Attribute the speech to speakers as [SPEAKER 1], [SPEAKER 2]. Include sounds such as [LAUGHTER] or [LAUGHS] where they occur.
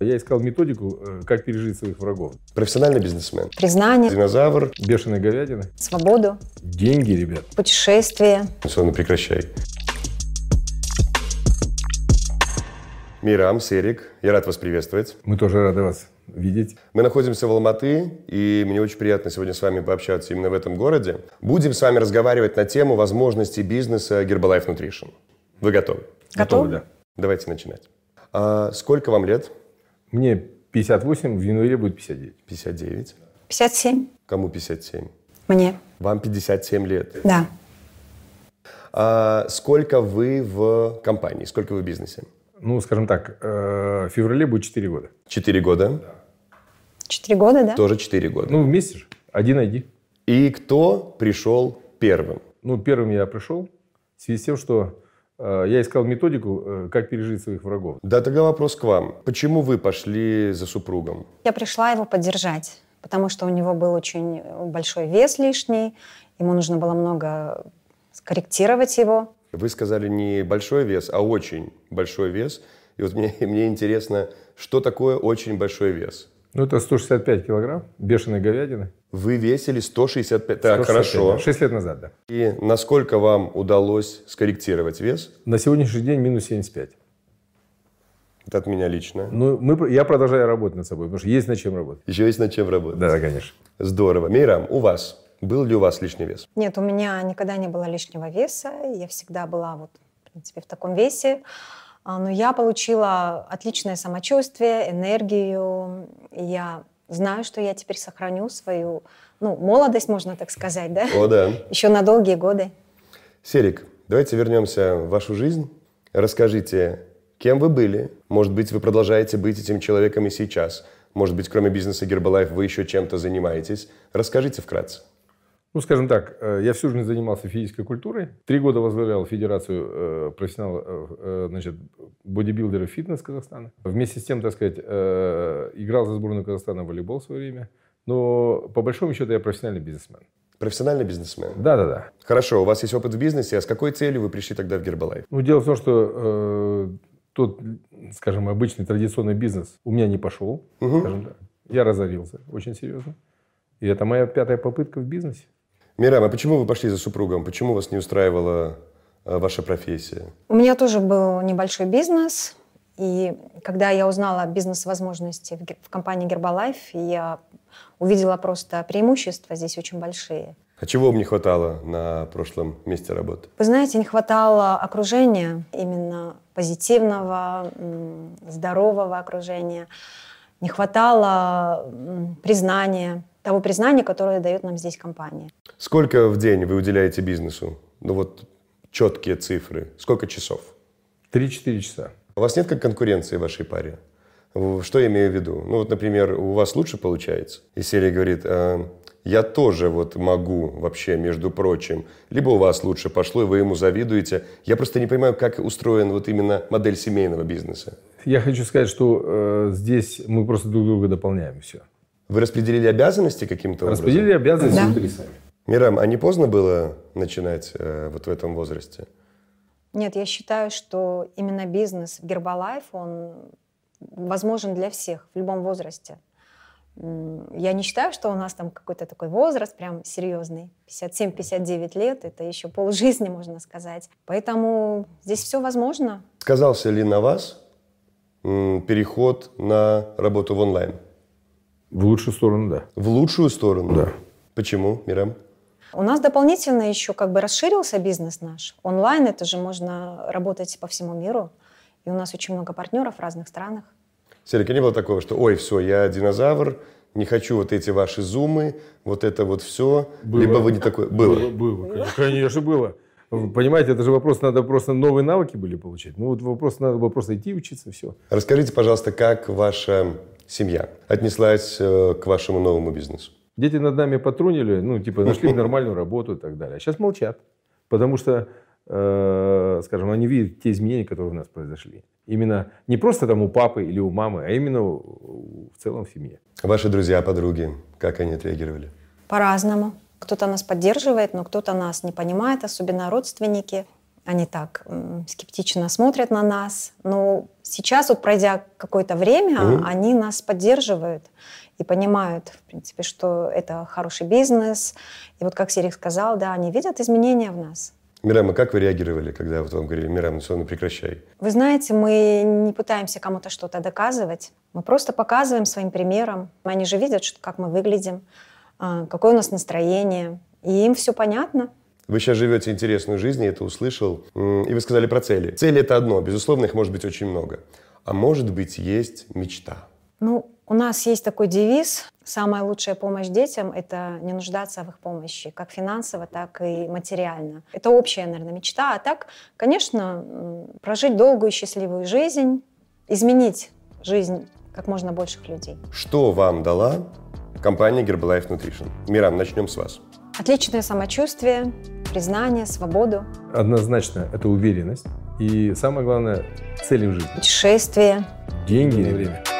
[SPEAKER 1] Я искал методику, э, как пережить своих врагов.
[SPEAKER 2] Профессиональный бизнесмен.
[SPEAKER 3] Признание,
[SPEAKER 2] Динозавр.
[SPEAKER 1] Бешеная говядина.
[SPEAKER 3] свободу,
[SPEAKER 1] Деньги, ребят.
[SPEAKER 3] путешествие.
[SPEAKER 2] Соня, прекращай. Мирам, Серик, я рад вас приветствовать.
[SPEAKER 1] Мы тоже рады вас видеть.
[SPEAKER 2] Мы находимся в Алматы, и мне очень приятно сегодня с вами пообщаться именно в этом городе. Будем с вами разговаривать на тему возможностей бизнеса Herbalife Nutrition. Вы готовы?
[SPEAKER 3] Готов?
[SPEAKER 1] да.
[SPEAKER 2] Давайте начинать. А сколько вам лет?
[SPEAKER 1] Мне 58, в январе будет 59.
[SPEAKER 2] 59.
[SPEAKER 3] 57.
[SPEAKER 2] Кому 57?
[SPEAKER 3] Мне.
[SPEAKER 2] Вам 57 лет.
[SPEAKER 3] Да.
[SPEAKER 2] А сколько вы в компании? Сколько вы в бизнесе?
[SPEAKER 1] Ну, скажем так, э, в феврале будет 4 года.
[SPEAKER 2] Четыре года.
[SPEAKER 3] Четыре года, да?
[SPEAKER 2] Тоже четыре года.
[SPEAKER 1] Ну, вместе же. Один ID.
[SPEAKER 2] И кто пришел первым?
[SPEAKER 1] Ну, первым я пришел в связи с тем, что э, я искал методику, э, как пережить своих врагов.
[SPEAKER 2] Да, тогда вопрос к вам. Почему вы пошли за супругом?
[SPEAKER 3] Я пришла его поддержать, потому что у него был очень большой вес лишний, ему нужно было много скорректировать его.
[SPEAKER 2] Вы сказали не большой вес, а очень большой вес. И вот мне, [LAUGHS] мне интересно, что такое очень большой вес?
[SPEAKER 1] Ну, это 165 килограмм бешеной говядины.
[SPEAKER 2] Вы весили 165. Так,
[SPEAKER 1] 165,
[SPEAKER 2] хорошо.
[SPEAKER 1] да. Шесть лет назад, да.
[SPEAKER 2] И насколько вам удалось скорректировать вес?
[SPEAKER 1] На сегодняшний день минус 75.
[SPEAKER 2] Это от меня лично.
[SPEAKER 1] Ну, мы, про- я продолжаю работать над собой, потому что есть над чем работать.
[SPEAKER 2] Еще есть над чем работать.
[SPEAKER 1] Да, конечно.
[SPEAKER 2] Здорово. Мирам, у вас был ли у вас лишний вес?
[SPEAKER 3] Нет, у меня никогда не было лишнего веса, я всегда была вот, в принципе, в таком весе. А, Но я получила отличное самочувствие, энергию. И Я знаю, что я теперь сохраню свою, ну, молодость, можно так сказать, да?
[SPEAKER 2] О, да.
[SPEAKER 3] Еще на долгие годы.
[SPEAKER 2] Серик, давайте вернемся в вашу жизнь. Расскажите, кем вы были? Может быть, вы продолжаете быть этим человеком и сейчас? Может быть, кроме бизнеса Гербалайф вы еще чем-то занимаетесь? Расскажите вкратце.
[SPEAKER 1] Ну, скажем так, э, я всю жизнь занимался физической культурой. Три года возглавлял Федерацию э, профессионалов, э, э, значит, бодибилдеров фитнес Казахстана. Вместе с тем, так сказать, э, играл за сборную Казахстана в волейбол в свое время. Но по большому счету я профессиональный бизнесмен.
[SPEAKER 2] Профессиональный бизнесмен.
[SPEAKER 1] Да-да-да.
[SPEAKER 2] Хорошо, у вас есть опыт в бизнесе, а с какой целью вы пришли тогда в Гербалайф?
[SPEAKER 1] Ну, дело в том, что э, тот, скажем, обычный традиционный бизнес у меня не пошел,
[SPEAKER 2] Мгм.
[SPEAKER 1] скажем так. Я разорился очень серьезно. И это моя пятая попытка в бизнесе.
[SPEAKER 2] Мирам, а почему вы пошли за супругом? Почему вас не устраивала э, ваша профессия?
[SPEAKER 3] У меня тоже был небольшой бизнес, и когда я узнала о бизнес-возможности в гер- в компании Herbalife, я увидела просто преимущества здесь очень большие.
[SPEAKER 2] А чего вам не хватало на прошлом месте работы?
[SPEAKER 3] Вы знаете, не хватало окружения, именно позитивного, м, здорового окружения. Не хватало м, признания, того признания, которое дает нам здесь компания.
[SPEAKER 2] Сколько в день вы уделяете бизнесу? Ну вот четкие цифры. Сколько часов?
[SPEAKER 1] Три-четыре часа.
[SPEAKER 2] У вас нет как конкуренции в вашей паре? В- Что я имею в виду? Ну вот, например, у вас лучше получается. И серия говорит, «А, я тоже вот могу вообще, между прочим. Либо у вас лучше пошло, и вы ему завидуете. Я просто не понимаю, как устроен вот именно модель семейного бизнеса.
[SPEAKER 1] Я хочу сказать, что э, здесь мы просто друг друга дополняем и все.
[SPEAKER 2] Вы распределили обязанности каким-то образом?
[SPEAKER 1] Распределили обязанности
[SPEAKER 3] Да.
[SPEAKER 1] внутри сами.
[SPEAKER 2] Мирам, а не поздно было начинать э, вот в этом возрасте?
[SPEAKER 3] Нет, я считаю, что именно бизнес Гербалайф, он возможен для всех в любом возрасте. М, Я не считаю, что у нас там какой-то такой возраст прям серьезный. 57-59 лет, это еще полжизни, можно сказать. Поэтому здесь все возможно.
[SPEAKER 2] Сказался ли на вас м, переход на работу в онлайн?
[SPEAKER 1] В лучшую сторону, да.
[SPEAKER 2] В лучшую сторону?
[SPEAKER 1] Да.
[SPEAKER 2] Почему, Мирам?
[SPEAKER 3] У нас дополнительно еще как бы расширился бизнес наш. Онлайн это же можно работать по всему миру. И у нас очень много партнеров в разных странах.
[SPEAKER 2] Серега, не было такого, что «Ой, все, я динозавр, не хочу вот эти ваши зумы, вот это вот все».
[SPEAKER 1] Было.
[SPEAKER 2] Либо вы не такой... Было.
[SPEAKER 1] Было, конечно, было. Вы Понимаете, это же вопрос, надо просто новые навыки были получать. Ну вот вопрос, надо было просто идти учиться, все.
[SPEAKER 2] Расскажите, пожалуйста, как ваша семья отнеслась э, к вашему новому бизнесу?
[SPEAKER 1] Дети над нами потрунили, ну типа нашли нормальную работу и так далее. А сейчас молчат, потому что, э, скажем, они видят те изменения, которые у нас произошли. Именно не просто там у папы или у мамы, а именно у- у- в целом в семье.
[SPEAKER 2] Ваши друзья, подруги, как они отреагировали?
[SPEAKER 3] По-разному. Кто-то нас поддерживает, но кто-то нас не понимает, особенно родственники. Они так м, скептично смотрят на нас. Но сейчас, вот пройдя какое-то время,
[SPEAKER 2] Мгм.
[SPEAKER 3] они нас поддерживают и понимают, в принципе, что это хороший бизнес. И вот как Серик сказал, да, они видят изменения в нас.
[SPEAKER 2] Мирам, а как вы реагировали, когда вот вам говорили, Мирам, ну всё, ну прекращай?
[SPEAKER 3] Вы знаете, мы не пытаемся кому-то что-то доказывать. Мы просто показываем своим примером. Они же видят, что- как мы выглядим, а, какое у нас настроение. И им все понятно.
[SPEAKER 2] Вы сейчас живете интересную жизнь, я это услышал. М, И вы сказали про цели. Цели — это одно, безусловно, их может быть очень много. А может быть, есть мечта.
[SPEAKER 3] Ну, у нас есть такой девиз. Самая лучшая помощь детям – это не нуждаться в их помощи, как финансово, так и материально. Это общая, наверное, мечта. А так, конечно, м, прожить долгую счастливую жизнь, изменить жизнь как можно больших людей.
[SPEAKER 2] Что вам дала компания Herbalife Nutrition? Мирам, начнем с вас.
[SPEAKER 3] Отличное самочувствие, признание, свободу,
[SPEAKER 1] Однозначно это уверенность. И самое главное, цель в жизни.
[SPEAKER 3] путешествие,
[SPEAKER 1] Деньги и время.